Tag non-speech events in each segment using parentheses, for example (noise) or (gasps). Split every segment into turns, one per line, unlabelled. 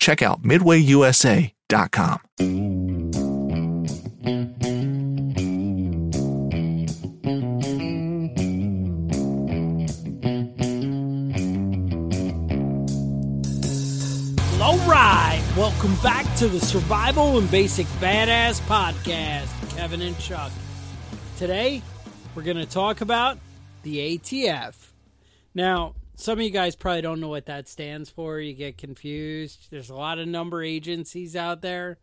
check out midwayusa.com.
All right, welcome back to the Survival and Basic Badass Podcast, Kevin and Chuck. Today, we're going to talk about the ATF. Now, some of you guys probably don't know what that stands for. You get confused. There's a lot of number agencies out there.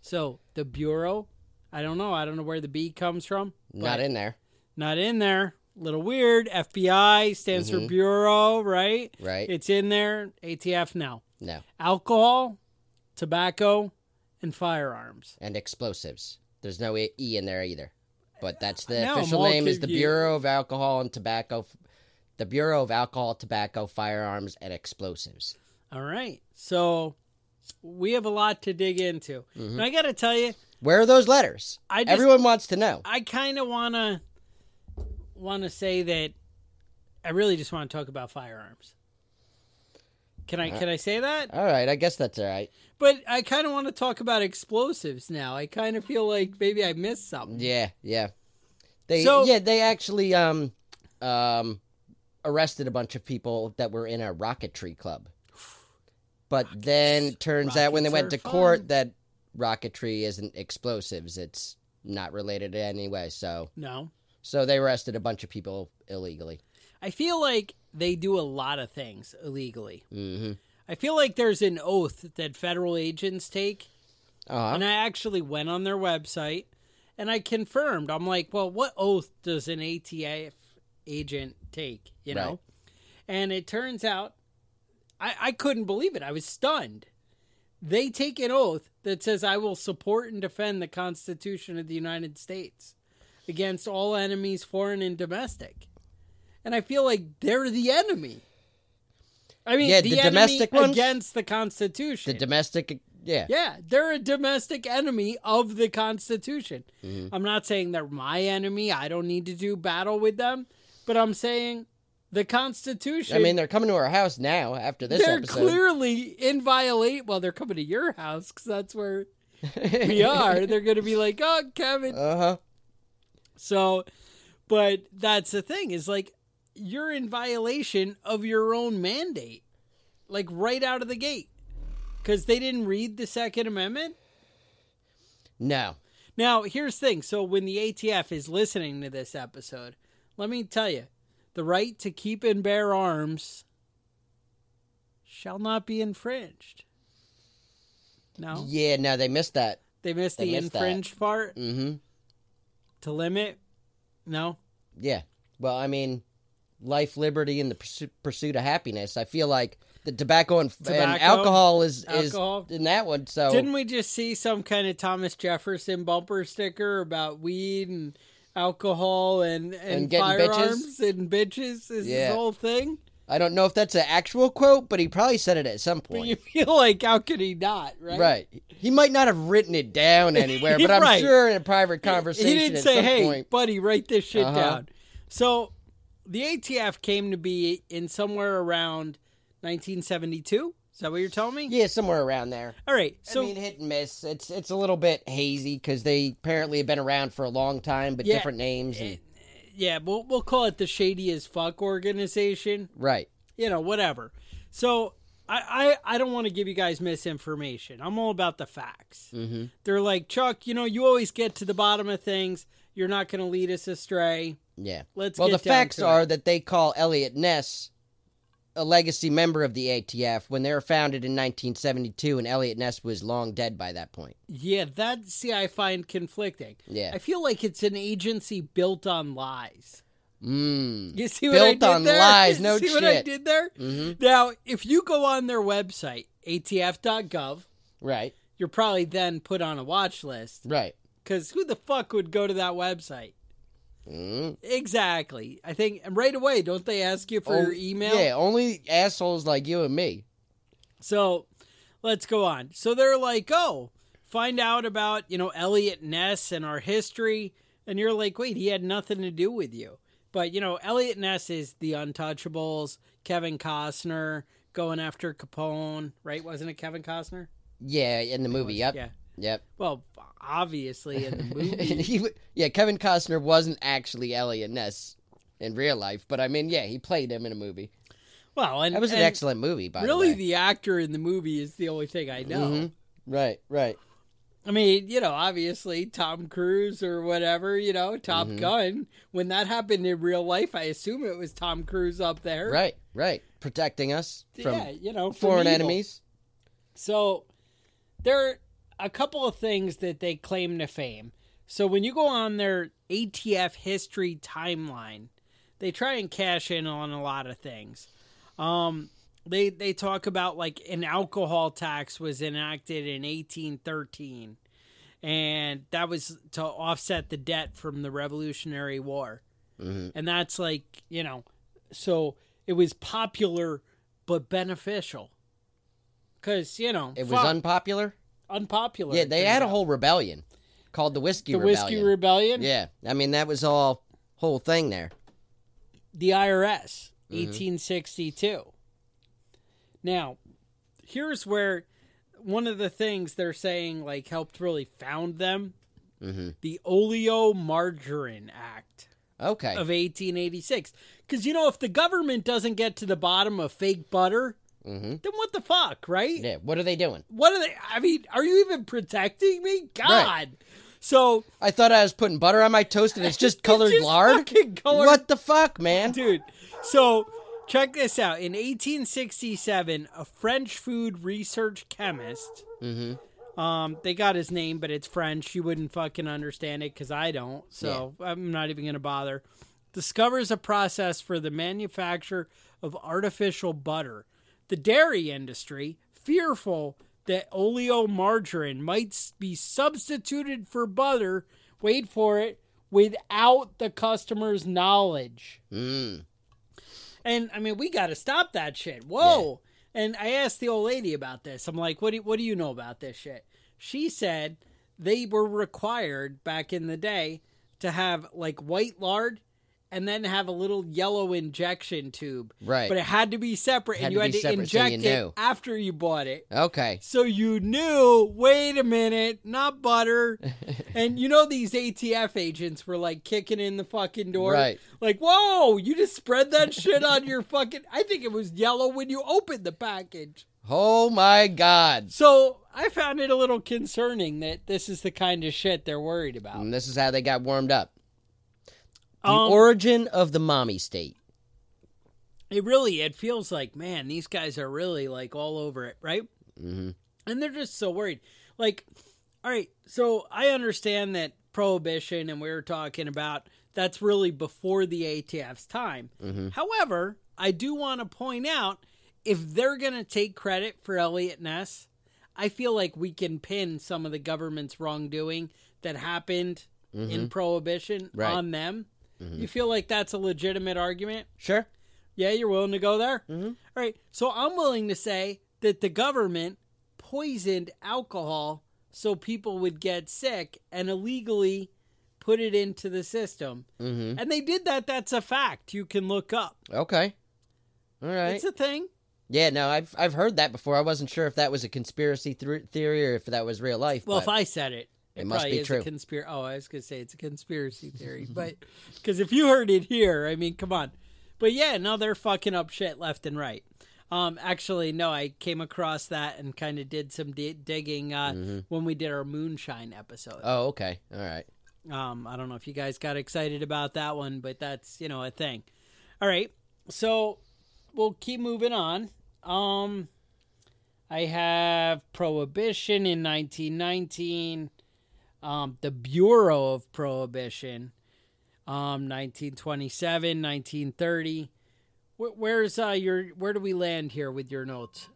So, the Bureau, I don't know. I don't know where the B comes from.
Not in there.
Not in there. Little weird. FBI stands for Bureau, right?
Mm-hmm. Right.
It's in there. ATF now
No.
alcohol, tobacco, and firearms.
And explosives. There's no E E in there either. But that's the
Now I'm
official
all
name is the
confused.
Bureau of Alcohol and Tobacco the Bureau of Alcohol, Tobacco, Firearms and Explosives.
All right. So we have a lot to dig into. And I got to tell you,
Where are those letters?
I just-
Everyone wants to know.
I kind of want to want to say that I really just want to talk about firearms. Can I can I say that?
All right, I guess that's all right.
But I kind of want to talk about explosives now. I kind of feel like maybe I missed something.
Yeah, yeah. They
So-
yeah, they actually um um arrested a bunch of people that were in a rocketry club. But then turns out when they went to
Rockets are
court
fun.
that rocketry isn't explosives. It's not related anyway, so
No.
so they arrested a bunch of people illegally.
I feel like they do a lot of things illegally.
Mhm.
I feel like there's an oath that federal agents take
Uh-huh.
And I actually went on their website and I confirmed. I'm like, well, what oath does an ATF agent take? You know?
Right.
And it turns out I, I couldn't believe it. I was stunned. They take an oath that says, I will support and defend the Constitution of the United States against all enemies, foreign and domestic. And I feel like they're the enemy. I mean,
Yeah,
the,
the
enemy
domestic ones?
against the Constitution.
The domestic yeah.
Yeah, they're a domestic enemy of the Constitution.
Mm-hmm.
I'm not saying they're my enemy. I don't need to do battle with them, but I'm saying the Constitution.
I mean, they're coming to our house now after this
they're
episode.
clearly in violation. Well, they're coming to your house because that's where we are. they're going to be like, oh, Kevin.
Uh-huh.
So, but that's the thing is like you're in violation of your own mandate, like right out of the gate, because they didn't read the Second Amendment.
No.
Now, here's the thing. So, when the ATF is listening to this episode, let me tell you the right to keep and bear arms shall not be infringed. No,
Yeah, no, they missed that.
they missed
They
the
missed that.
infringed part
Mhm.
to limit. No,
Yeah. Well, I mean, life, liberty, and the pursu- pursuit of happiness. I feel like the tobacco and, and
Tobacco,
alcohol is
alcohol.
is in that one. So
didn't we just see some kind of Thomas Jefferson bumper sticker about weed and alcohol and and,
And getting bitches?
firearms and bitches? Is this
Yeah.
whole thing?
I don't know if that's an actual quote, but he probably said it at some
But you
point.
feel like, how could he not, right?
Right. He might not have written
(laughs)
it down anywhere, but I'm
Right.
sure in a private conversation
He didn't
at
say,
some
"Hey,
point.
buddy, write this shit
Uh-huh.
down." So, the ATF came to be in somewhere around 1972. Is that what you're telling me?
Yeah, somewhere around there.
All right. So,
I mean, hit and miss. It's it's a little bit hazy because they apparently have been around for a long time, but
Yeah.
different names. And,
yeah, we'll we'll call it the shady as fuck organization.
right.
You know, whatever. So, I I, I don't want to give you guys misinformation. I'm all about the facts.
hmm
They're like Chuck. You know, you always get to the bottom of things. You're not going to lead us astray.
Yeah.
Let's
well,
get
the
down
facts
to it.
are that they call Elliot Ness a legacy member of the ATF when they were founded in 1972, and Elliot Ness was long dead by that point.
Yeah, that see, I find conflicting.
Yeah.
I feel like it's an agency built on lies.
Mm.
You see what I
Built
did
on
there? (laughs)
lies, no
see what I
shit.
did there?
hmm
Now, if you go on their website, atf.gov,
Right.
you're probably then put on a watch list
Right.
because who the fuck would go to that website?
Mm.
Exactly. I think and right away, don't they ask you for
Oh,
your email?
Yeah, only assholes like you and me.
So let's go on. So they're like, oh, find out about, you know, Elliot Ness and our history. And you're like, wait, he had nothing to do with you. But, you know, Elliot Ness is the Untouchables, Kevin Costner going after Capone, right? Wasn't it Kevin Costner?
Yeah, in the movie. Yep.
Yeah.
Yep.
Well, obviously in
(laughs)
the movie.
He w- yeah, Kevin Costner wasn't actually Elliot Ness in real life, but I mean, yeah, he played him in a movie.
well, and
That was an
and
excellent movie, by
really
the way.
the actor in the movie is the only thing I know.
Mhm. Right, right.
I mean, you know, obviously Tom Cruise or whatever, you know, Top
Mhm.
Gun. When that happened in real life, I assume it was Tom Cruise up there.
Right, right. Protecting us from
yeah, you know, from
foreign
evil.
enemies.
So there are a couple of things that they claim to fame. So when you go on their ATF history timeline, they try and cash in on a lot of things. Um, they they talk about like an alcohol tax was enacted in 1813, and that was to offset the debt from the Revolutionary War,
Mhm.
and that's like you know, so it was popular but beneficial because you know
It was
fuck,
unpopular.
unpopular.
Yeah,
it
they
turns
had a
out.
whole rebellion called the Whiskey
the
Rebellion.
whiskey rebellion.
yeah, I mean that was all whole thing there.
the IRS,
Mm-hmm.
1862. Now, here's where one of the things they're saying like helped really found them,
Mhm.
the Oleomargarine Act
Okay,
of 1886. Because you know, if the government doesn't get to the bottom of fake butter,
hmm
then what the fuck, right?
yeah. What are they doing?
What are they? I mean, are you even protecting me? God.
Right.
So
I thought I was putting butter on my toast, and
(laughs)
it's just colored
just
lard.
fucking colored-
What the fuck, man?
dude. So check this out. In 1867, a French food research chemist.
Mhm.
Um, they got his name, but it's French. You wouldn't fucking understand it because I don't. So I'm not even gonna bother. Discovers a process for the manufacture of artificial butter. The dairy industry, fearful that oleomargarine might s- be substituted for butter, wait for it, without the customer's knowledge.
Mm.
And I mean, we got to stop that shit. Whoa. And I asked the old lady about this. I'm like, what do, what do you know about this shit? She said they were required back in the day to have like white lard and then have a little yellow injection tube.
Right.
But it had to be separate and
Had to
you
be
had to
separate so you
inject it
knew.
after you bought it.
Okay.
So you knew, wait a minute, not butter.
(laughs)
and you know these ATF agents were like kicking in the fucking door.
Right.
Like, whoa, you just spread that shit on your fucking I think it was yellow when you opened the package.
Oh my God.
So I found it a little concerning that this is the kind of shit they're worried about.
And this is how they got warmed up. Mm. The
Oh. Um,
origin of the mommy state.
it really it feels like, man, these guys are really like all over it, right?
hmm
and they're just so worried. Like, all right, so I understand that prohibition, and we were talking about that's really before the ATF's time. However, I do want to point out if they're going to take credit for Elliot Ness, I feel like we can pin some of the government's wrongdoing that happened in prohibition
Right.
on them. You feel like that's a legitimate argument?
Sure.
Yeah, you're willing to go there? Mm-hmm. right. So I'm willing to say that the government poisoned alcohol so people would get sick and illegally put it into the system. Mm-hmm. And they did that. That's a fact you can look up.
Okay. All right.
It's a thing.
yeah, no, I've I've heard that before. I wasn't sure if that was a conspiracy thr- theory or if that was real life.
Well,
but-
if I said it, it,
It must
probably
be
is a
true.
conspiracy. Oh, I was going to say it's a conspiracy
(laughs)
theory, but because if you heard it here, I mean, come on. But yeah, no, they're fucking up shit left and right. Um, actually, no, I came across that and kind of did some di- digging uh,
Mm-hmm.
when we did our moonshine episode.
Oh, okay. All right.
Um, I don't know if you guys got excited about that one, but that's you know a thing. All right, so we'll keep moving on. Um, I have Prohibition in 1919, um, the Bureau of Prohibition, um, 1927, 1930. Where, where's uh your where do we land here with your notes?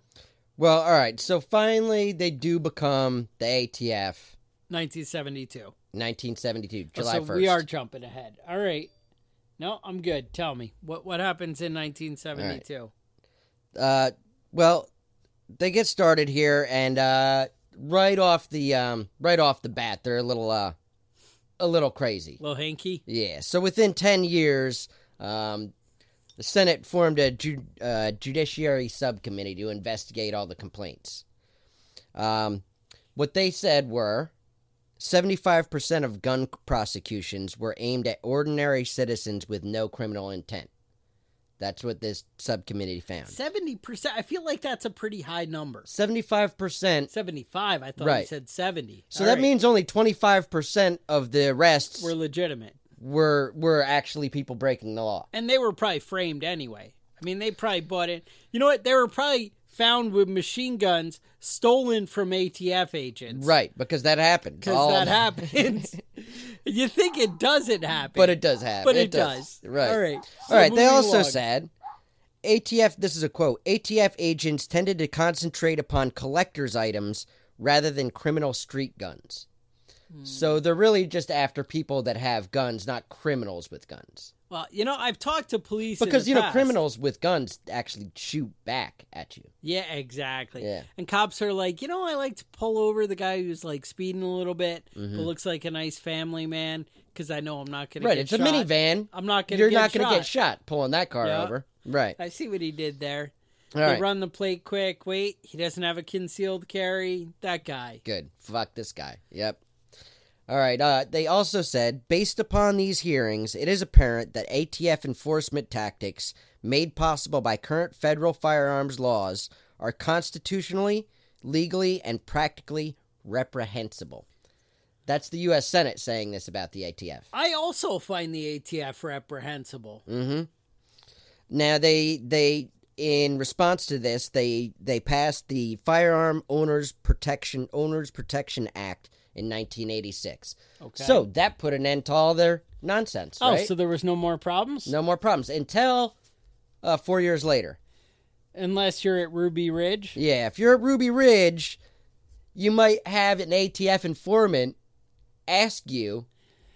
Well, all right. So finally, they do become the ATF.
1972.
1972, July
Oh, Uh, so
1st.
we are jumping ahead. All right. No, I'm good. Tell me what what happens in 1972.
uh, well, they get started here, and uh, right off the um, right off the bat, they're a little uh, a little crazy.
Little hanky.
Yeah. So within ten years, um, the Senate formed a ju- uh, judiciary subcommittee to investigate all the complaints. Um, what they said were. 75% of gun prosecutions were aimed at ordinary citizens with no criminal intent. That's what this subcommittee found.
Seventy percent. I feel like that's a pretty high number.
75%.
Seventy-five. I thought you
Right.
said seventy.
So
All
that
right.
means only 25% of the arrests
we're
were,
legitimate,
were actually people breaking the law.
and they were probably framed anyway. I mean, they probably bought it. You know what? They were probably found with machine guns stolen from ATF agents.
Right, because that happened.
Because
All-
that
(laughs)
happens. you think it doesn't happen,
But it does happen.
But it does.
Right.
All right. So
All right. They
moving
also
along.
said ATF, this is a quote ATF agents tended to concentrate upon collector's items rather than criminal street guns.
Hmm.
So they're really just after people that have guns, not criminals with guns.
Well, you know, I've talked to police in
Because
the
you know,
past.
criminals with guns actually shoot back at you.
Yeah, exactly.
Yeah.
And cops are like, you know, I like to pull over the guy who's like speeding a little bit, but looks like a nice family man because I know I'm not going to.
Mm-hmm. Right,
get
it's a
shot.
minivan.
I'm not going.
You're
get
not
going
going
to
to get shot pulling that car
Yeah.
over. Right.
I see what he did there.
All
They
right.
run the plate quick. Wait, he doesn't have a concealed carry. That guy.
Good. Fuck this guy. Yep. All right. Uh, they also said, based upon these hearings, it is apparent that ATF enforcement tactics made possible by current federal firearms laws are constitutionally, legally, and practically reprehensible. That's the U.S. Senate saying this about the ATF.
I also find the ATF reprehensible.
Mm. Now they they in response to this they they passed the Firearm Owners Protection Owners Protection Act in 1986.
Okay.
So that put an end to all their nonsense,
Oh,
right?
so there was no more problems?
no more problems until uh, four years later.
Unless you're at Ruby Ridge.
Yeah, if you're at Ruby Ridge, you might have an ATF informant ask you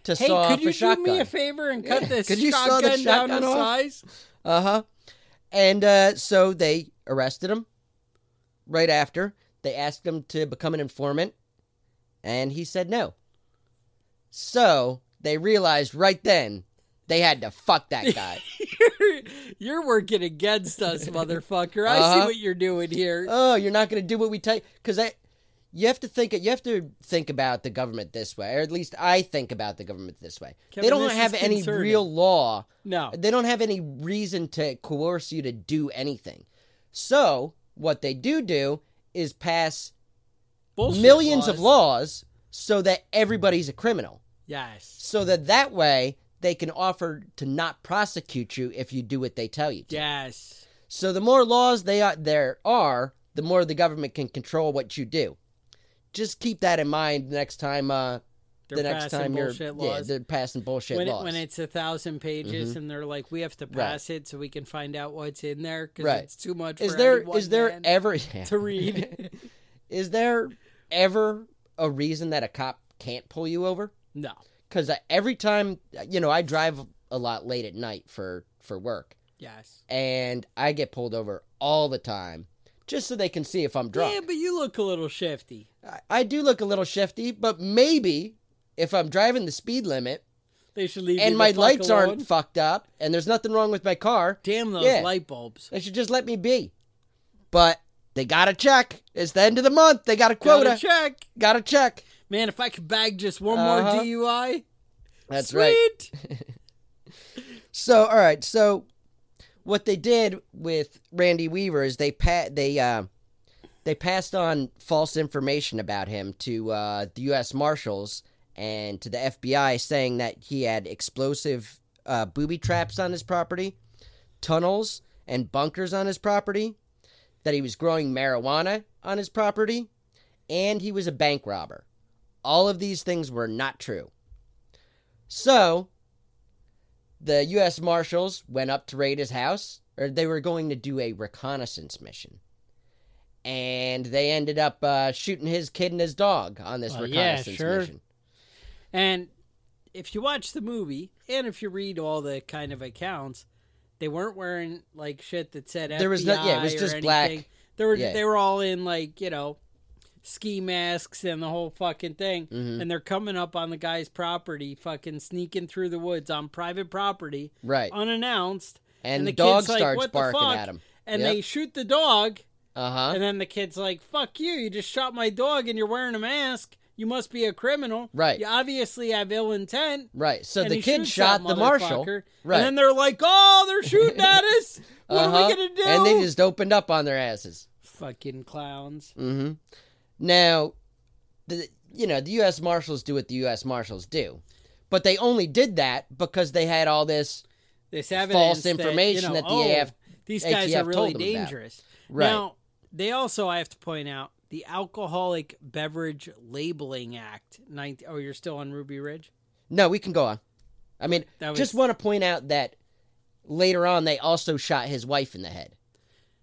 to
Hey,
saw
could
off
you
a
do
shotgun.
me a favor and cut
Yeah,
this
could you saw
shotgun,
the
down
shotgun
to
off?
size?
Uh huh. And uh, so they arrested him right after. They asked him to become an informant, and he said no. So they realized right then they had to fuck
(laughs)
that guy.
you're, you're working against us,
(laughs)
motherfucker. I see
Uh-huh.
what you're doing here.
oh, you're not going to do what we tell you because I. You have to think. You have to think about the government this way, or at least I think about the government this way.
Kevin,
they don't
this is
have any
concerning.
real law
no.
They don't have any reason to coerce you to do anything. So, what they do do is pass
Bullshit
millions of
laws.
laws so that everybody's a criminal.
Yes.
(laughs) So that that way they can offer to not prosecute you if you do what they tell you to.
Yes.
So the more laws they are, there are, the more the government can control what you do. Just keep that in mind next time uh
They're
the next
passing
time you're
bullshit
yeah,
laws.
they're passing bullshit
when, it,
laws. Mm-hmm.
when it's a thousand pages and they're like, we have to pass it so we can find out what's in there because
Right.
it's too much.
is
for
there
any one
is there
man
ever
(laughs) to read? (laughs)
(laughs) Is there ever a reason that a cop can't pull you over?
no.
Because every time, you know, I drive a lot late at night for for work,
Yes.
and I get pulled over all the time just so they can see if I'm
Yeah,
drunk.
but you look a little shifty.
I, I do look a little shifty, but maybe if I'm driving the speed limit
They should leave. you
and
the
my
fuck
lights
alone.
aren't fucked up and there's nothing wrong with my car,
Damn those
Yeah.
light bulbs.
they should just let me be. But they got to check. It's the end of the month. They got a
Gotta
quota.
check,
Got to check.
man. If I could bag just one
Uh-huh.
more DUI,
That's
sweet. (laughs)
right. So, all right. So, what they did with Randy Weaver is they pa- they uh, they passed on false information about him to uh, the U.S. Marshals and to the FBI, saying that he had explosive uh, booby traps on his property, tunnels and bunkers on his property, that he was growing marijuana on his property, and he was a bank robber. All of these things were not true. So, the U.S. Marshals went up to raid his house, or they were going to do a reconnaissance mission. And they ended up uh, shooting his kid and his dog on this
Well, Uh, yeah,
reconnaissance
sure.
mission.
And if you watch the movie, and if you read all the kind of accounts, they weren't wearing like shit that said FBI
There was no- yeah, it was
or
just
anything.
black.
They were
Yeah.
they were all in like you know ski masks and the whole fucking thing,
Mhm.
and they're coming up on the guy's property, fucking sneaking through the woods on private property,
Right.
unannounced,
And,
and
the,
the
dog
kid's like,
starts
"What the
barking
fuck?"
at him.
and
Yep.
they shoot the dog,
Uh huh.
and then the kid's like, "Fuck you! You just shot my dog, and you're wearing a mask." You must be a criminal.
Right.
You obviously have ill intent.
Right. So
And
the
he
kid
shoots
shot
that
the marshal.
motherfucker,
Right.
And then they're like, oh, they're
(laughs)
shooting at us. What are
Uh-huh.
we going to do?
And they just opened up on their asses.
Fucking clowns.
hmm Now, the you know the U.S. Marshals do what the U.S. Marshals do, but they only did that because they had all this
This evidence
False
that, you
information
know,
that the
oh,
AF
These guys
ATF
are really
told them about.
dangerous.
right.
Now, they also, I have to point out, the Alcoholic Beverage Labeling Act. 19, oh, you're still on Ruby Ridge?
no, we can go on. I mean,
That was-
just want to point out that later on they also shot his wife in the head.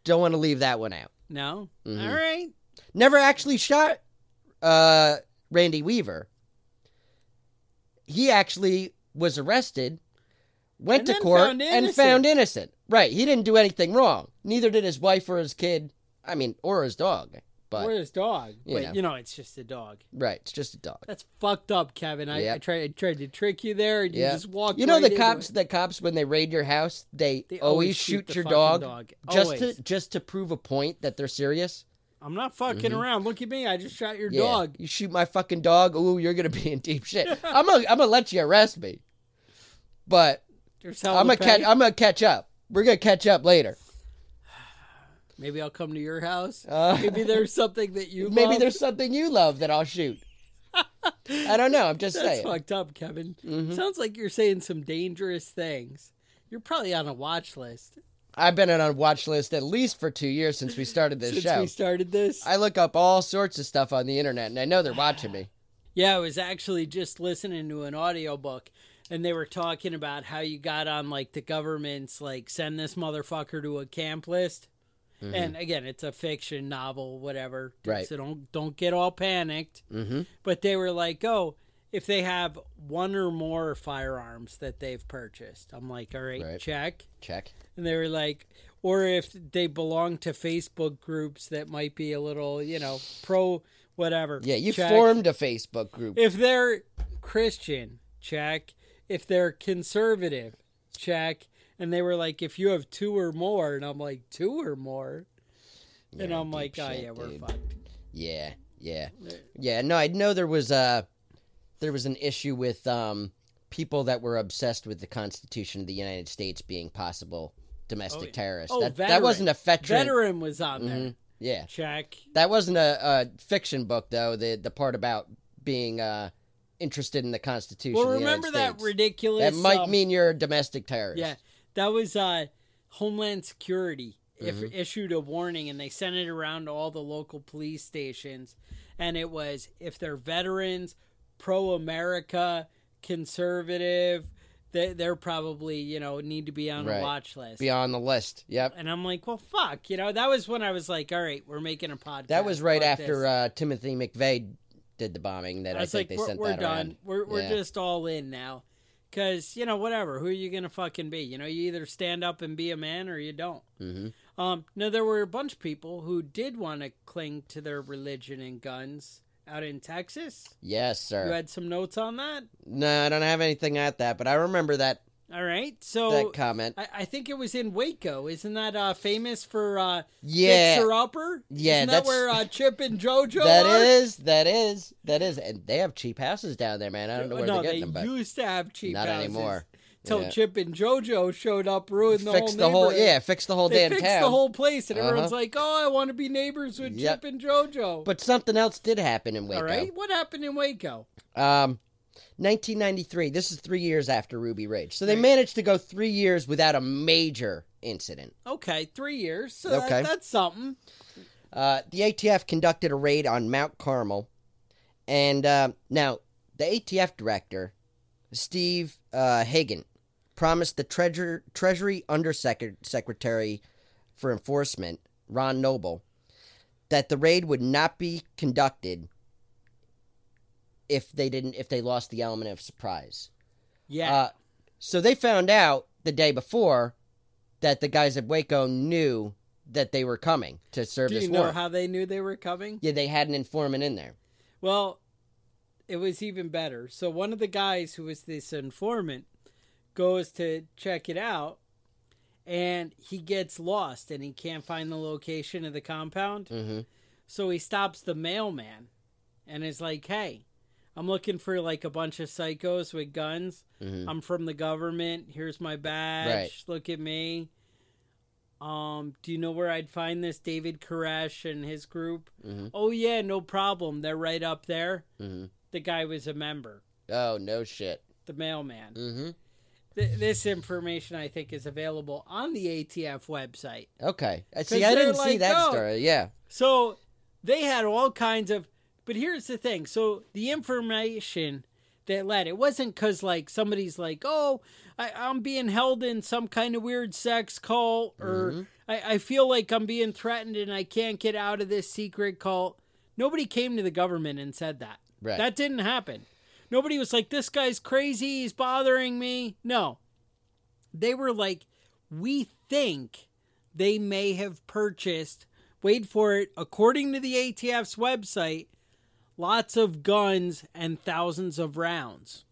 Don't want to leave that one out.
No?
Mhm.
All right.
never actually shot uh, Randy Weaver. He actually was arrested, went
And
to
then
court,
found
and
innocent.
found innocent. Right. He didn't do anything wrong. Neither did his wife or his kid. I mean, or his dog. But,
Where's dog?
you
but,
know.
you know, it's just a dog.
right, it's just a dog.
That's fucked up, Kevin. I,
Yep.
I, tried, I tried to trick you there, and
Yeah.
you just walked
You know
right
the
into
cops
it.
the cops when they raid your house, they,
They
always, shoot,
the
your
fucking
dog, just
Always.
to just to prove a point that they're serious.
I'm not fucking around. Look at me. I just shot your
Mm-hmm. Yeah.
dog.
You shoot my fucking dog, ooh, you're gonna be in
(laughs)
deep shit. I'm gonna I'm gonna let you arrest me. But
There's hell
I'm
to
gonna catch.
pay.
I'm gonna catch up. We're gonna catch up later.
Maybe I'll come to your house.
Uh, (laughs)
Maybe there's something that you
Maybe
love.
there's something you love that
(laughs)
I'll shoot. I don't know. I'm just
That's
saying.
fucked up, Kevin.
Mm-hmm.
Sounds like you're saying some dangerous things. You're probably on a watch list
I've been on a watch list at least for two years since we started this
since
show.
we started this.
I look up all sorts of stuff on the internet, and I know they're watching me.
Yeah, I was actually just listening to an audiobook and they were talking about how you got on like the government's like send this motherfucker to a camp list. And again, it's a fiction novel, whatever.
Mm-hmm. Right.
So don't don't get all panicked.
Mm-hmm.
But they were like, "Oh, if they have one or more firearms that they've purchased." I'm like, "All right,
Right.
check."
Check.
And they were like, "Or if they belong to Facebook groups that might be a little, you know, pro whatever."
Yeah, you
check.
formed a Facebook group.
If they're Christian, check. If they're conservative, check. And they were like, if you have two or more, and I'm like, two or more, and
Yeah,
I'm
deep
like, oh
shit,
yeah, we're
dude.
fucked.
Yeah, yeah, yeah. No, I know there was a there was an issue with um, people that were obsessed with the Constitution of the United States being possible domestic
Oh, yeah.
terrorists.
Oh,
that, that
veteran.
wasn't a veteran.
Veteran was on there.
Mhm. Yeah,
Check.
that wasn't a, a fiction book though. The the part about being uh, interested in the Constitution.
Well,
of the United
remember that
States.
ridiculous.
That might
um,
mean you're a domestic terrorist.
Yeah, that was uh, Homeland Security if
Mm-hmm.
issued a warning, and they sent it around to all the local police stations, and it was if they're veterans, pro-America, conservative, they they're probably you know need to be on
Right.
a watch list.
be on the list. Yep.
and I'm like, well, fuck, you know, that was when I was like, all right, we're making a podcast.
That was right
Fuck
after
this.
uh, Timothy McVeigh did the bombing. That I,
I was
think
like,
they
we're,
sent
we're
that
done.
around.
We're we're
Yeah.
just all in now. Because, you know, whatever. Who are you going to fucking be? You know, you either stand up and be a man or you don't.
Mhm.
Um, now, there were a bunch of people who did want to cling to their religion and guns out in Texas.
Yes,
You
sir.
had some notes on that?
No, I don't have anything at that, but I remember that
All right. So
that comment.
Oh, I, I think it was in Waco. Isn't that uh, famous for uh,
Yeah.
Fixer Upper?
Yeah,
Isn't that
that's-
where uh, Chip and JoJo
(laughs) That
are?
is, that is, that is, and they have cheap houses down there, man. I don't know where
Oh, no,
they're
they
getting them, but
used to have cheap
not
houses.
anymore.
Till
Yeah.
Chip and JoJo showed up, ruined the
fix
whole
the whole,
neighborhood.
yeah, fix the whole
they
damn
fixed
town.
the whole place, and
Uh-huh.
everyone's like, "Oh, I want to be neighbors with Chip
Yep.
and JoJo."
But something else did happen in Waco.
all right, what happened in Waco?
Um, 1993. This is three years after Ruby Ridge, so they managed to go three years without a major incident.
Okay, three years. So
Okay.
that, that's something.
Uh, the ATF conducted a raid on Mount Carmel, and uh, now the ATF director, Steve uh, Hagan, promised the Treasure, Treasury Undersecretary for Enforcement, Ron Noble, that the raid would not be conducted if they didn't if they lost the element of surprise.
Yeah,
Uh, so they found out the day before that the guys at Waco knew that they were coming to serve
do
this
you know
warrant.
how they knew they were coming?
yeah, they had an informant in there.
Well, it was even better. So one of the guys who was this informant goes to check it out and he gets lost and he can't find the location of the compound.
hmm
So he stops the mailman and is like, "Hey, I'm looking for like a bunch of psychos with guns.
hmm
I'm from the government. Here's my badge.
Right.
Look at me. Um, do you know where I'd find this David Koresh and his group?
Mhm.
Oh yeah, no problem. They're right up there.
hmm
The guy was a member,
Oh no shit.
the mailman.
hmm
Th- this information I think is available on the ATF website.
Okay. I
'Cause
see. I
they're
didn't see
like,
that
"Oh."
story. Yeah.
So they had all kinds of. But here's the thing. So the information that led it wasn't because like somebody's like, oh, I, I'm being held in some kind of weird sex cult, or I, I feel like I'm being threatened and I can't get out of this secret cult. Nobody came to the government and said that.
Right.
That didn't happen. Nobody was like, this guy's crazy. He's bothering me. No. They were like, we think they may have purchased, wait for it, according to the ATF's website, lots of guns and thousands of rounds.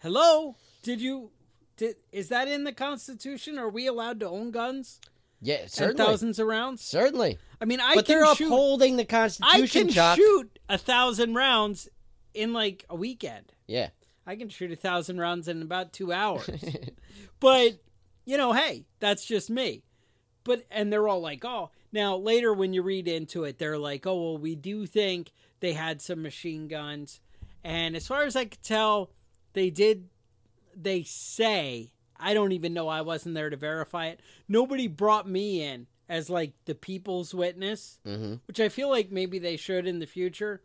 Hello? Did you. Did, is that in the Constitution? Are we allowed to own guns
Yeah.
and
Certainly.
thousands of rounds?
Certainly.
I mean, I
but
can
they're
shoot.
upholding the
I
Constitution.
can
Chuck.
shoot a thousand rounds in like a weekend.
Yeah.
I can shoot a thousand rounds in about two hours. but you know, hey, that's just me. But and they're all like, oh. Now later, when you read into it, they're like, oh well, we do think they had some machine guns, and as far as I could tell, they did. They say I don't even know. I wasn't there to verify it. Nobody brought me in as like the people's witness,
Mhm.
which I feel like maybe they should in the future.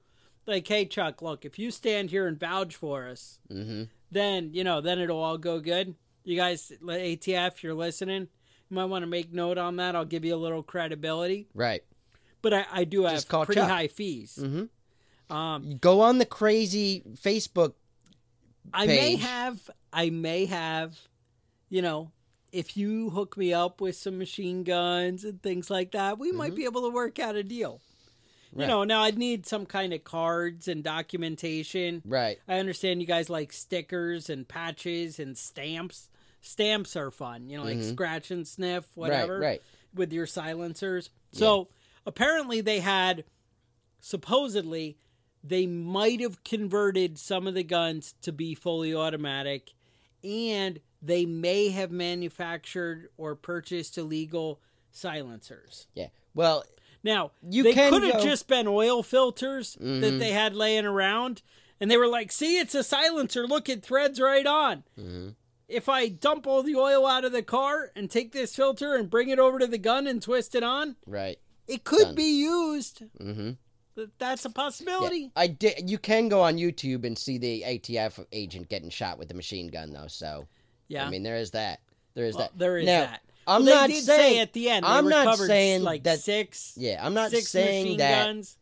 Like, hey, Chuck, look, if you stand here and vouch for us,
hmm
then you know then it'll all go good you guys li- atf if you're listening you might want to make note on that i'll give you a little credibility
Right.
but i, I do have
Just call
pretty
Chuck. Mm-hmm.
high fees um,
Go on the crazy Facebook.
i may
page.
have i may have you know if you hook me up with some machine guns and things like that we might be able to work out a deal you
Mm-hmm. Right.
know now i'd need some kind of cards and documentation
Right.
I understand you guys like stickers and patches and stamps. Stamps are fun, you know, like scratch and sniff, whatever,
Mm-hmm. Right. Right.
with your silencers. So apparently, they had supposedly they might have converted some of the guns to be fully automatic, and they may have manufactured or purchased illegal silencers.
Yeah. Well.
Now,
You
they
can
could have
go- Mm-hmm.
just been oil filters that they had laying around, and they were like, "See, it's a silencer. Look, it threads right on. If I dump all the oil out of the car and take this filter and bring it over to the gun and twist it on,
Right.
it could
Done.
be used.
hmm
Th- That's a possibility."
I did. You can go on YouTube and see the ATF agent getting shot with a machine gun, though. So
Yeah,
I mean, there is that. There is
Well,
that.
there is
Now,
that.
I'm
Well,
not
they did
saying
say at the end. They
I'm not
recovered
saying
like
that-
six.
Yeah, I'm not
six machine
saying that
guns.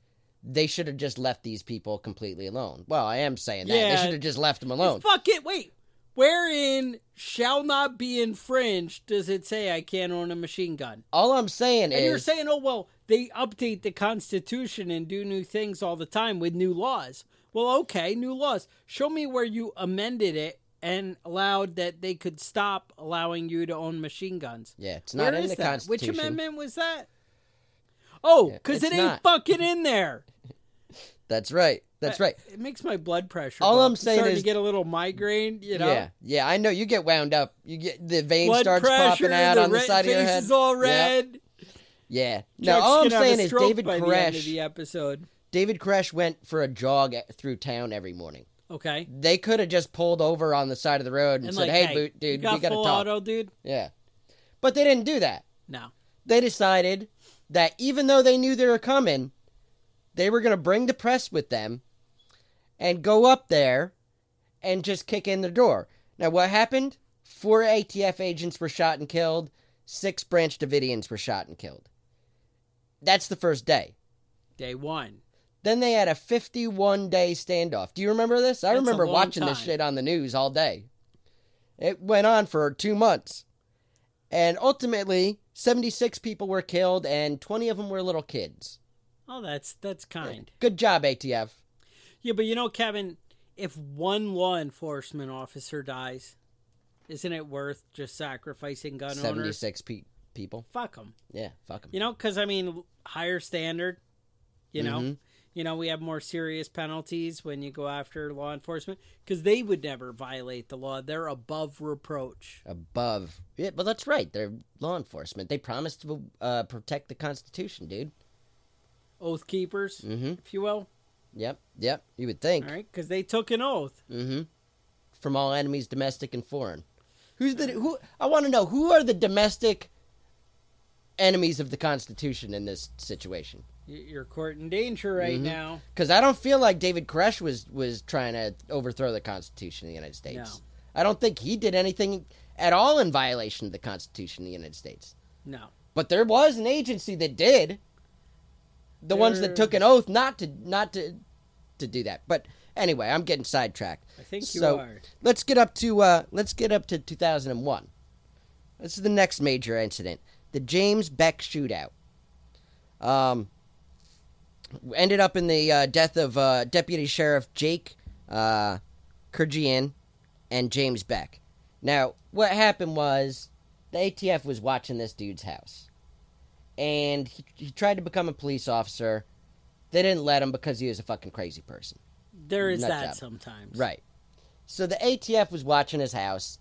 they should have just left these people completely alone. Well, I am saying that
Yeah.
they should have just left them alone.
Fuck it. Wait, wherein shall not be infringed does it say I can't own a machine gun?
All I'm saying
And
is
you're saying, oh, well, they update the Constitution and do new things all the time with new laws. Well, okay, new laws. Show me where you amended it and allowed that they could stop allowing you to own machine guns.
yeah, it's
Where
not in
is
the
that?
Constitution.
Which amendment was that? Oh,
Yeah,
because
it's
it ain't
not.
fucking in there.
That's right. That's
Uh,
right.
It makes my blood pressure.
All
go
I'm
up.
saying
starting
is-
to get a little migraine. You know,
Yeah, yeah. I know you get wound up. You get the vein
blood
starts
pressure,
popping out on the
red
side of your
face
head.
is all
Yeah,
red.
Yeah.
Chuck's
No, all I'm
gonna have a
saying is
stroke
David
by the end of
Koresh.
the episode.
David Koresh went for a jog at- through town every morning.
Okay,
They could have just pulled over on the side of the road and,
and
said,
like,
"Hey,
hey,
boot dude,
you got
gotta
full
talk."
auto, dude.
Yeah, but they didn't do that.
No,
They decided that even though they knew they were coming, they were gonna bring the press with them, and go up there, and just kick in the door. Now, what happened? Four ATF agents were shot and killed. Six Branch Davidians were shot and killed. That's the first day.
day one.
Then they had a 51 day standoff. Do you remember this? I
That's a
remember
long
watching this
time.
shit on the news all day. It went on for two months. And ultimately, 76 people were killed and 20 of them were little kids.
Oh, that's that's kind.
Good job, ATF.
Yeah, but you know, Kevin, if one law enforcement officer dies, isn't it worth just sacrificing gun owners?
76 pe- people.
Fuck them.
Yeah, fuck them.
You know, because I mean, higher standard. You know,
Mhm.
you know, we have more serious penalties when you go after law enforcement because they would never violate the law. They're above reproach.
Above. Yeah, well, that's right. They're law enforcement. They promised to uh, protect the Constitution, dude.
Oath keepers,
Mhm.
if you will.
Yep, yep. You would think.
All right, because they took an oath.
Mm-hmm. From all enemies, domestic and foreign. Who's the who? I want to know who are the domestic enemies of the Constitution in this situation?
Y- You're court in danger right
Mm-hmm.
now.
Because I don't feel like David Koresh was was trying to overthrow the Constitution of the United States. I don't think he did anything at all in violation of the Constitution of the United States.
No,
But there was an agency that did. The ones
There-
that took an oath not to not to to do that. But anyway, I'm getting sidetracked.
I think you
So,
are.
Let's get up to uh let's get up to 2001. This is the next major incident, the James Beck shootout. Um ended up in the uh, death of uh, deputy sheriff Jake uh Kurgian and James Beck. Now, what happened was the ATF was watching this dude's house. And he, he tried to become a police officer. They didn't let him because he was a fucking crazy person.
there is
Nut
that
job.
sometimes.
Right. So the ATF was watching his house.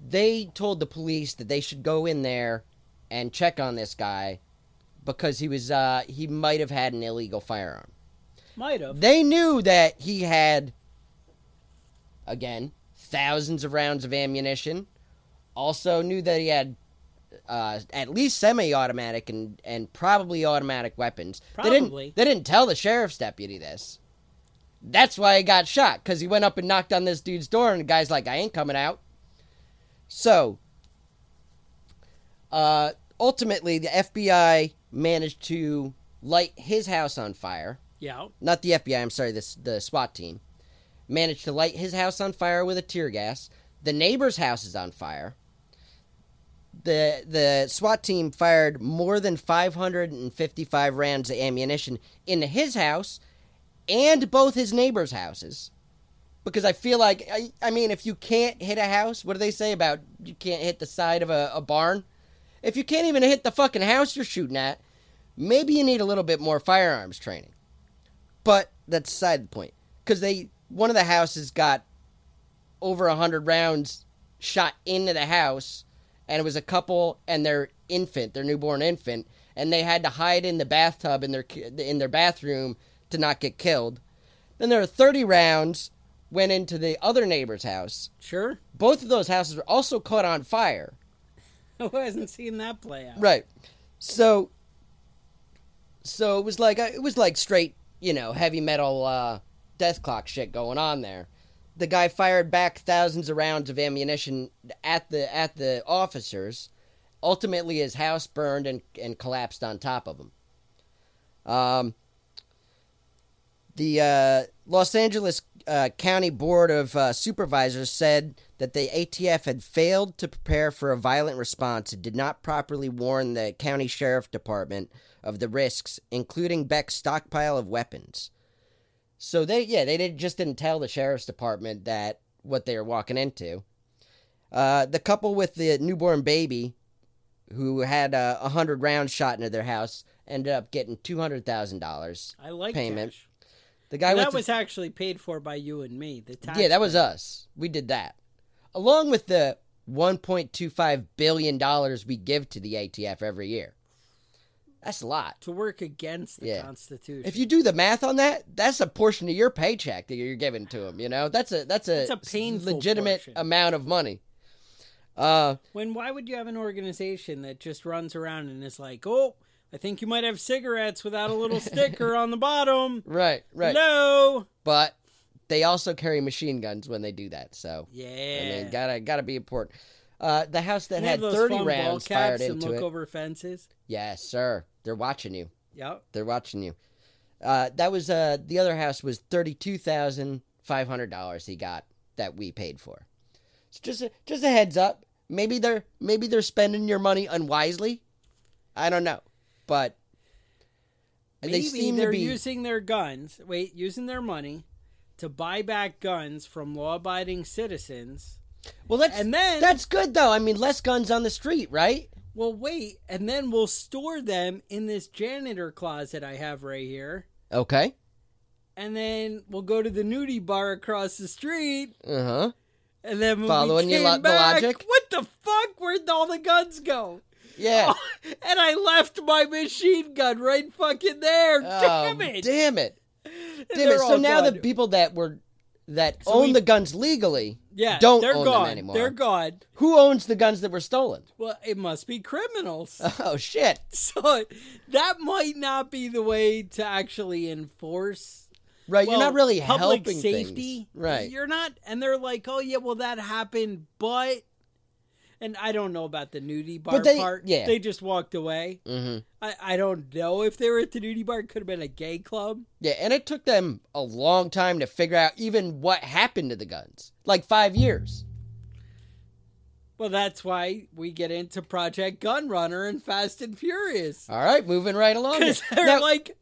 They told the police that they should go in there and check on this guy because he was uh he might have had an illegal firearm.
Might have.
They knew that he had again thousands of rounds of ammunition. Also knew that he had uh, at least semi-automatic and, and probably automatic weapons. They
Probably.
didn't, they didn't tell the sheriff's deputy this. That's why he got shot because he went up and knocked on this dude's door, and the guy's like, "I ain't coming out." So, uh, ultimately, the FBI managed to light his house on fire
Yeah.
not the FBI, I'm sorry, this the SWAT team managed to light his house on fire with a tear gas. The neighbor's house is on fire. The the SWAT team fired more than 555 rounds of ammunition into his house and both his neighbors' houses. Because I feel like I, I mean if you can't hit a house, what do they say about you can't hit the side of a, a barn? If you can't even hit the fucking house you're shooting at, maybe you need a little bit more firearms training. But that's side point because they one of the houses got over a hundred rounds shot into the house, and it was a couple and their infant, their newborn infant, and they had to hide in the bathtub in their ki- in their bathroom to not get killed. Then there are thirty rounds went into the other neighbor's house.
Sure. (laughs)
Both of those houses were also caught on fire.
I wasn't seeing that play out.
Right. So so it was like uh, it was like straight, you know, heavy metal uh death clock shit going on there. The guy fired back thousands of rounds of ammunition at the at the officers. Ultimately his house burned and and collapsed on top of him. Um The uh, Los Angeles uh, County Board of uh, Supervisors said that the ATF had failed to prepare for a violent response and did not properly warn the county sheriff department of the risks, including Beck's stockpile of weapons. So they, yeah, they did, just didn't tell the sheriff's department that what they were walking into. Uh, the couple with the newborn baby, who had a hundred rounds shot into their house, ended up getting two hundred thousand dollars.
I like
Payment.
cash.
The guy
And
with
that
the-
was actually paid for by you and me. The tax
yeah, that was us. We did that. Along with the $1.25 billion we give to the ATF every year. That's a lot.
to work against the
Yeah.
Constitution.
If you do the math on that, that's a portion of your paycheck that you're giving to them, you know? That's a that's a,
It's a painful
legitimate
portion.
amount of money. Uh
when why would you have an organization that just runs around and is like, oh, I think you might have cigarettes without a
(laughs)
little sticker on the bottom.
right, right.
No.
But they also carry machine guns when they do that, so
Yeah.
I mean, gotta gotta be important. Uh, the house that
You
had
have those
thirty
fun ball
rounds fired
caps and
into
look
it.
over fences.
yes, sir. They're watching you.
Yep.
They're watching you. Uh, that was uh, the other house was thirty two thousand five hundred dollars he got that we paid for. So just a, just a heads up. Maybe they're maybe they're spending your money unwisely. I don't know, but
Maybe
they seem
they're
to be
using their guns. Wait, using their money to buy back guns from law-abiding citizens.
well. That's
and then-
that's good though. I mean, less guns on the street, right?
Well, wait, and then we'll store them in this janitor closet I have right here.
Okay.
And then we'll go to the nudie bar across the street.
Uh huh.
And then when
Following
we
your
came
lo- the
back,
logic?
what the fuck? Where'd all the guns go?
Yeah.
(laughs) Oh, and I left my machine gun right fucking there. damn
Um,
it! (laughs)
Damn it!
And
Damn
they're
it! So
all
now the
gone.
people that were that
So
own
we-
the guns legally
yeah,
don't
they're
own them
gone.
anymore.
They're gone.
Who owns the guns that were stolen?
(laughs) Well, it must be criminals.
Oh shit!
(laughs) so that might not be the way to actually enforce.
Right,
well,
you're not really
public
helping
safety.
things. Right.
You're not, and they're like, oh yeah, well that happened, but. And I don't know about the nudie bar
they-
part.
yeah.
They just walked away.
hmm
I, I don't know if they were at the nudie bar. It could have been a gay club.
Yeah, and it took them a long time to figure out even what happened to the guns. Like five years.
Well, that's why we get into Project Gunrunner and Fast and Furious. (laughs)
All right, moving right along. here.
Because they're
Uh, Now,
like,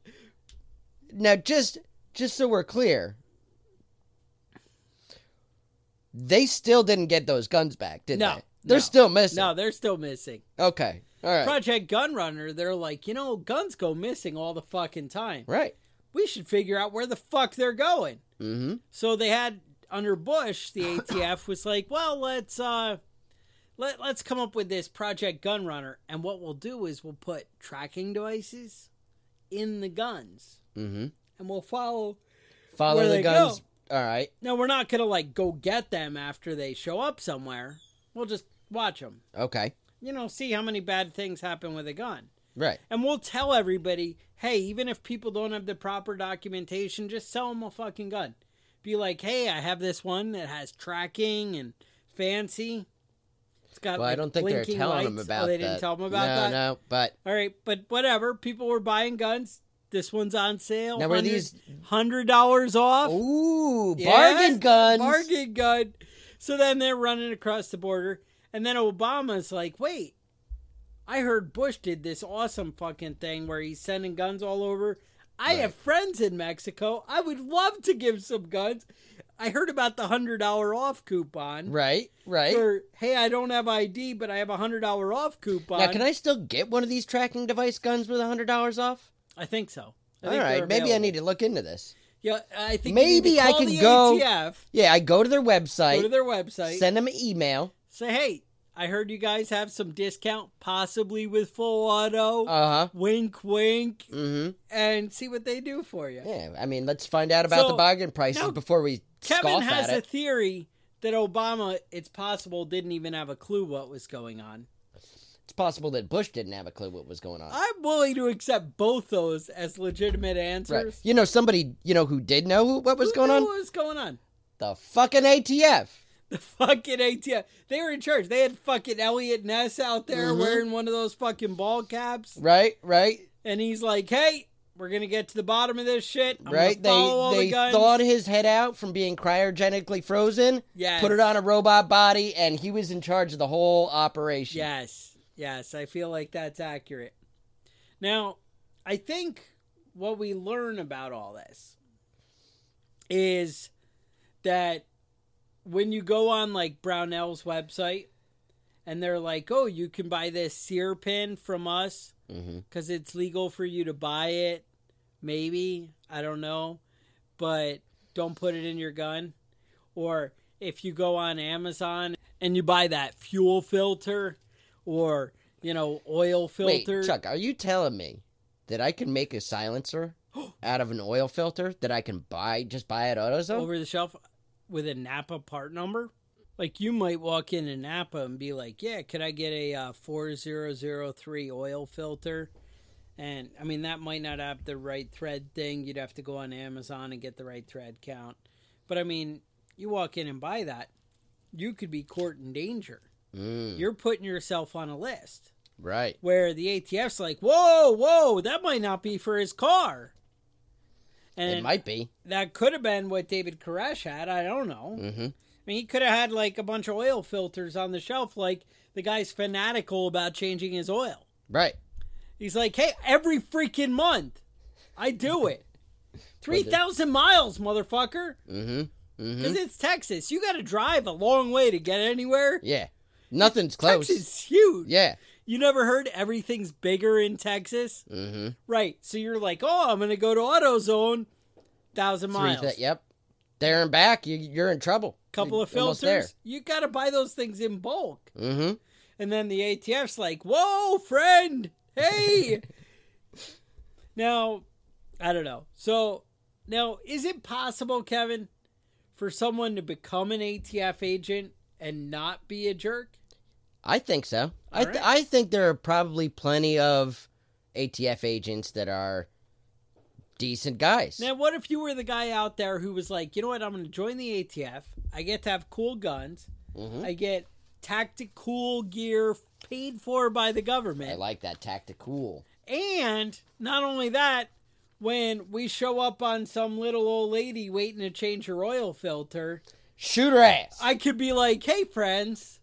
now, just just so we're clear, they still didn't get those guns back, did
No,
they? They're
no,
still missing.
no, they're still missing.
Okay. All right.
Project Gunrunner, they're like, you know, guns go missing all the fucking time.
Right.
We should figure out where the fuck they're going.
Mm-hmm.
So they had under Bush, the ATF was like, well, let's uh, let let's come up with this Project Gunrunner, and what we'll do is we'll put tracking devices in the guns,
Mm-hmm.
and we'll follow
Follow
Where
the
they
guns.
go?
All right.
Now we're not gonna like go get them after they show up somewhere. We'll just watch them.
Okay.
You know, see how many bad things happen with a gun.
Right.
And we'll tell everybody, hey, even if people don't have the proper documentation, just sell them a fucking gun. Be like, hey, I have this one that has tracking and fancy. It's got.
Well, I
like,
don't think they're
blinking
telling them
lights.
about
Oh, they
that.
didn't tell them about
no,
that.
No, but
All right, but whatever. People were buying guns. This one's on sale.
Now, were these-
hundred dollars off?
Ooh,
Yes,
bargain guns.
Bargain gun. So then they're running across the border, and then Obama's like, "Wait, I heard Bush did this awesome fucking thing where he's sending guns all over. I have friends in Mexico. I would love to give some guns. I heard about the hundred dollar off coupon.
Right, right.
For, hey, I don't have ID, but I have a hundred dollar off coupon.
now, can I still get one of these tracking device guns with hundred dollars off?
I think so. I
All
think
right,
they're
maybe I
available.
need to look into this.
Yeah, I think
Maybe I can
the
go-
ATF,
Yeah, I go to their
go
website,
to their website,
send them an email.
Say, hey, I heard you guys have some discount, possibly with full auto.
Uh huh.
wink, wink,
hmm
and see what they do for you.
Yeah, I mean, let's find out about the
So,
bargain prices
now
before we
Kevin
scoff
has
at
a
it.
theory that Obama, it's possible, didn't even have a clue what was going on.
It's possible that Bush didn't have a clue what was going on.
I'm willing to accept both those as legitimate
Right.
answers.
You know, somebody you know who did know who- what was
Who
going
knew
on?
What was going on? (laughs)
The fucking ATF.
The fucking ATF. They were in charge. They had fucking Elliot Ness out there
Mhm.
wearing one of those fucking ball caps.
Right, right.
And he's like, hey, We're gonna get to the bottom of this shit. I'm
right?
gonna follow all the
they they
guns.
thawed his head out from being cryogenically frozen,
Yes.
put it on a robot body, and he was in charge of the whole operation.
Yes, yes, I feel like that's accurate. Now, I think what we learn about all this is that when you go on like Brownell's website and they're like, oh, you can buy this sear pin from us
hmm
because it's legal for you to buy it, maybe, I don't know, but don't put it in your gun. Or if you go on Amazon and you buy that fuel filter or, you know, oil
Wait,
filter.
Chuck, are you telling me that I can make
(gasps)
a silencer out of an oil filter that I can buy just buy at AutoZone?
over the shelf with a Napa part number. Like you might walk into Napa and be like, "Yeah, could I get a uh, 4003 oil filter?" And I mean that might not have the right thread thing. You'd have to go on Amazon and get the right thread count. But I mean, you walk in and buy that, you could be court in danger.
Mm,
You're putting yourself on a list
right.
where the ATF's like, "Whoa, whoa, that might not be for his car." And
it might be.
that could have been what David Koresh had. I don't know. I
hmm
mean, he could have had like a bunch of oil filters on the shelf. Like the guy's fanatical about changing his oil.
Right.
He's like, hey, every freaking month, I
(laughs)
do it. Three
But the-
thousand miles, motherfucker,
hmm hmm
because it's Texas. You got to drive a long way to get anywhere.
Yeah. Nothing's close.
Texas is huge.
Yeah.
You never heard everything's bigger in Texas,
hmm
right? So you're like, oh, I'm gonna go to AutoZone, thousand
Three
miles.
thi- yep. There and back, you, you're in trouble.
couple of
Almost
filters. You got to buy those things in bulk.
there. Mm-hmm.
And then the ATF's like, whoa, friend. Hey. now, I don't know. So, now, is it possible, Kevin, for someone to become an ATF agent and not be a jerk?
I think so. I, th-
Alright.
I think there are probably plenty of ATF agents that are decent guys.
Now, what if you were the guy out there who was like, you know what? I'm going to join the ATF. I get to have cool guns.
Mhm.
I get tactical gear paid for by the government.
I like that tactical.
And not only that, when we show up on some little old lady waiting to change her oil filter,
Shoot her ass.
I could be like, hey, friends,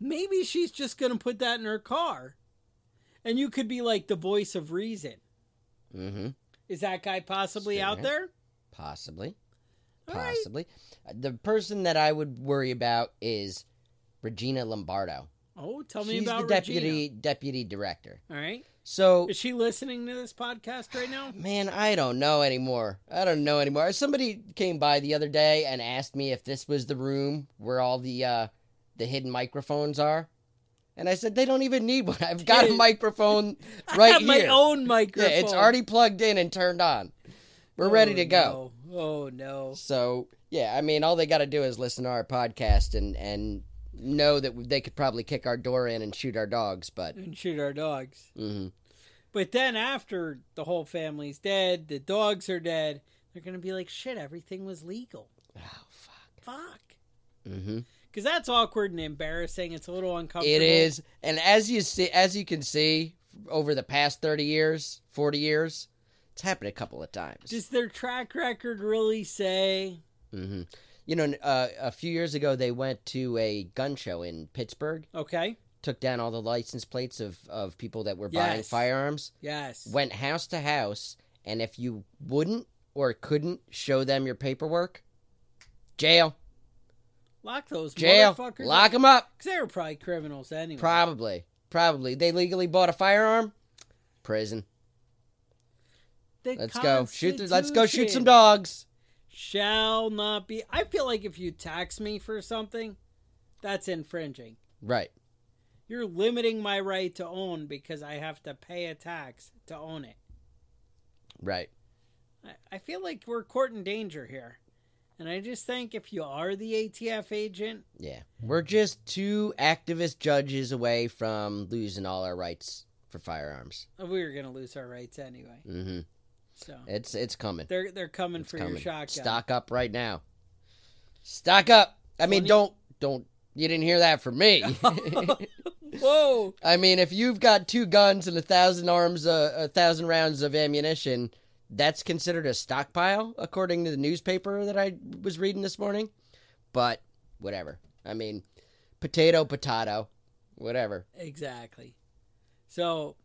maybe she's just going to put that in her car. And you could be like the voice of reason.
mm-hmm.
Is that guy possibly out
Sure.
there?
Possibly.
All right.
Possibly. The person that I would worry about is Regina Lombardo.
Oh, tell me
She's
about
the deputy
Regina.
deputy director.
All right.
So
Is she listening to this podcast right now?
Man, I don't know anymore. I don't know anymore. Somebody came by the other day and asked me if this was the room where all the uh, the hidden microphones are, and I said they don't even need one. I've
(laughs)
got a microphone
I
(laughs) right
have
here.
my own
yeah,
microphone.
it's already plugged in and turned on. We're ready
Oh,
to go.
no. Oh, no.
So yeah, I mean, all they got to do is listen to our podcast and and know that they could probably kick our door in and shoot our dogs. But
And shoot our dogs.
mhm.
But then after the whole family's dead, the dogs are dead, they're going to be like, shit, everything was legal.
oh fuck.
Fuck.
Mm-hmm.
Because that's awkward and embarrassing. It's a little uncomfortable.
It is, and as you see, as you can see, over the past thirty years, forty years, it's happened a couple of times.
Does their track record really say?
hmm You know, uh, a few years ago, they went to a gun show in Pittsburgh,
Okay.
took down all the license plates of of people that were buying
Yes.
firearms,
Yes.
went house to house, and if you wouldn't or couldn't show them your paperwork, jail,
Lock those
jail,
motherfuckers.
lock them up.
Because they were probably criminals anyway.
Probably, probably they legally bought a firearm, prison.
The
Let's go shoot. The,
Constitution
let's go shoot some dogs.
Shall not be. I feel like if you tax me for something, that's infringing.
Right.
You're limiting my right to own because I have to pay a tax to own it.
Right.
I- I feel like we're court in danger here. And I just think if you are the ATF agent,
Yeah. We're just two activist judges away from losing all our rights for firearms.
we are going to lose our rights anyway.
hmm
So
It's it's coming.
they're they're coming
It's
for
coming.
your shotgun.
Stock up right now. Stock up. I mean,
Funny- (laughs)
(laughs) don't don't. You didn't hear that from me.
Whoa.
I mean, if you've got two guns and a thousand arms, uh, a thousand rounds of ammunition, that's considered a stockpile, according to the newspaper that I was reading this morning. But whatever. I mean, potato, potato, whatever.
Exactly. So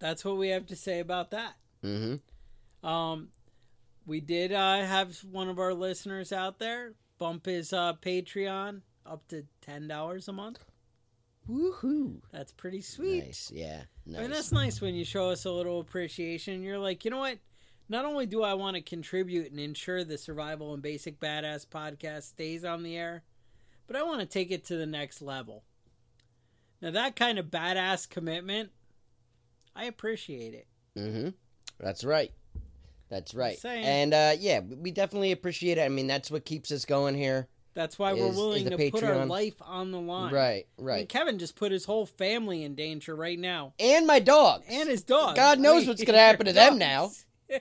that's what we have to say about that.
hmm
Um, we did uh, have one of our listeners out there bump his uh, Patreon up to ten dollars a month.
Woohoo!
That's pretty sweet.
Nice, yeah,
I mean,
nice.
that's nice when you show us a little appreciation. You're like, you know what? Not only do I want to contribute and ensure the Survival and Basic Badass podcast stays on the air, but I want to take it to the next level. Now, that kind of badass commitment, I appreciate it.
hmm That's right. That's right.
saying.
And uh, yeah, we definitely appreciate it. I mean, that's what keeps us going here.
That's why we're
Is- is
willing
the
to put our
Patreon-
life on the line.
Right,
I mean,
right.
Kevin just put his whole family in danger right now,
And my dogs.
and his dog.
God knows what's gonna happen to them now.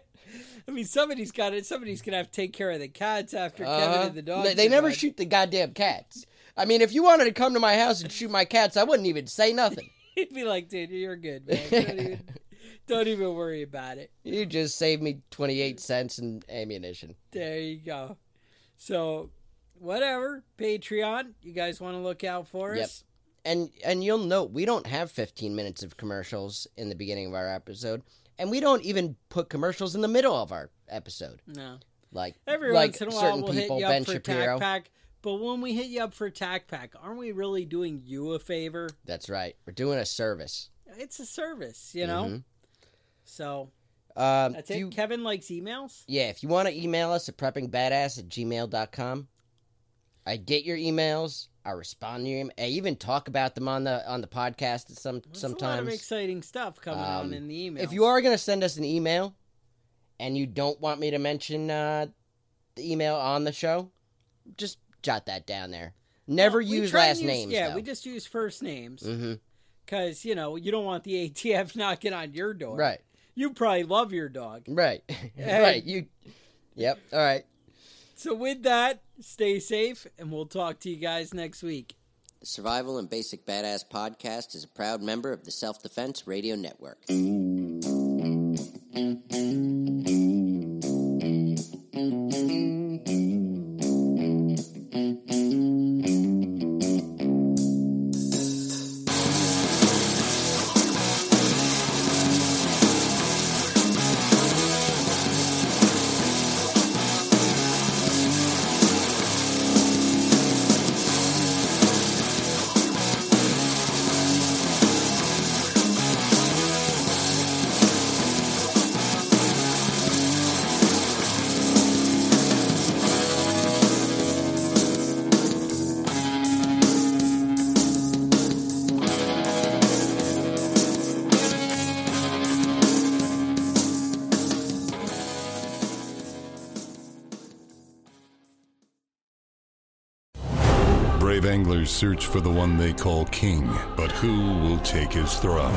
(laughs) I mean, somebody's got it. Somebody's gonna have to take care of the cats after Kevin
Uh-huh.
and the dog.
They, they never shoot the goddamn cats. I mean, if you wanted to come to my house and shoot my cats, I wouldn't even
(laughs)
say nothing.
(laughs) He'd be like, "Dude, you're good, man. Don't even,
(laughs)
don't even worry about it."
You just saved me 28 cents in ammunition.
There you go. So, whatever Patreon, you guys want to look out for
Yep.
us?
And and you'll note we don't have 15 minutes of commercials in the beginning of our episode, and we don't even put commercials in the middle of our episode.
No.
Like
Every
like
once in a while,
certain
we'll
people,
hit you
Ben
up for Tac
Shapiro.
Pack. But when we hit you up for Tac Pack, aren't we really doing you a favor?
That's right. We're doing a service.
It's a service, you know.
Mhm.
So
Um,
that's
if
it.
you-
Kevin likes emails.
yeah, if you want to email us at preppingbadass at gmail.com, I get your emails. I respond to your em- I even talk about them on the on the podcast some,
There's a lot of
sometimes.
exciting stuff coming on
Um,
in the email.
If you are going to send us an email and you don't want me to mention uh, the email on the show, just jot that down there. Never
We
use
try and
last names.
Yeah,
though.
we just use first names
hmm
because you know you don't want the (laughs) ATF knocking on your door.
Right,
You probably love your dog.
right, (laughs)
Hey.
right. You. Yep. All right.
So with that, stay safe, and we'll talk to you guys next week.
The Survival and Basic Badass podcast is a proud member of the Self Defense Radio Network.
Brave anglers search for the one they call king, but who will take his throne?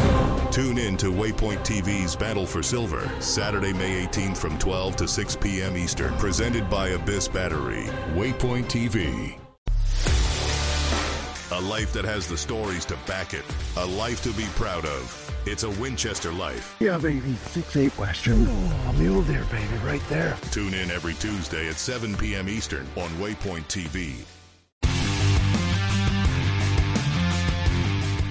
Tune in to Waypoint TV's Battle for Silver, Saturday, May 18th from 12 to 6 p.m. Eastern, presented by Abyss Battery.
Waypoint TV.
A life that has the stories to back it, a life to be proud of. It's a Winchester life.
Yeah, baby. Six eight Western. A mule there, baby, right there.
Tune in every Tuesday at 7 p.m. Eastern on Waypoint TV.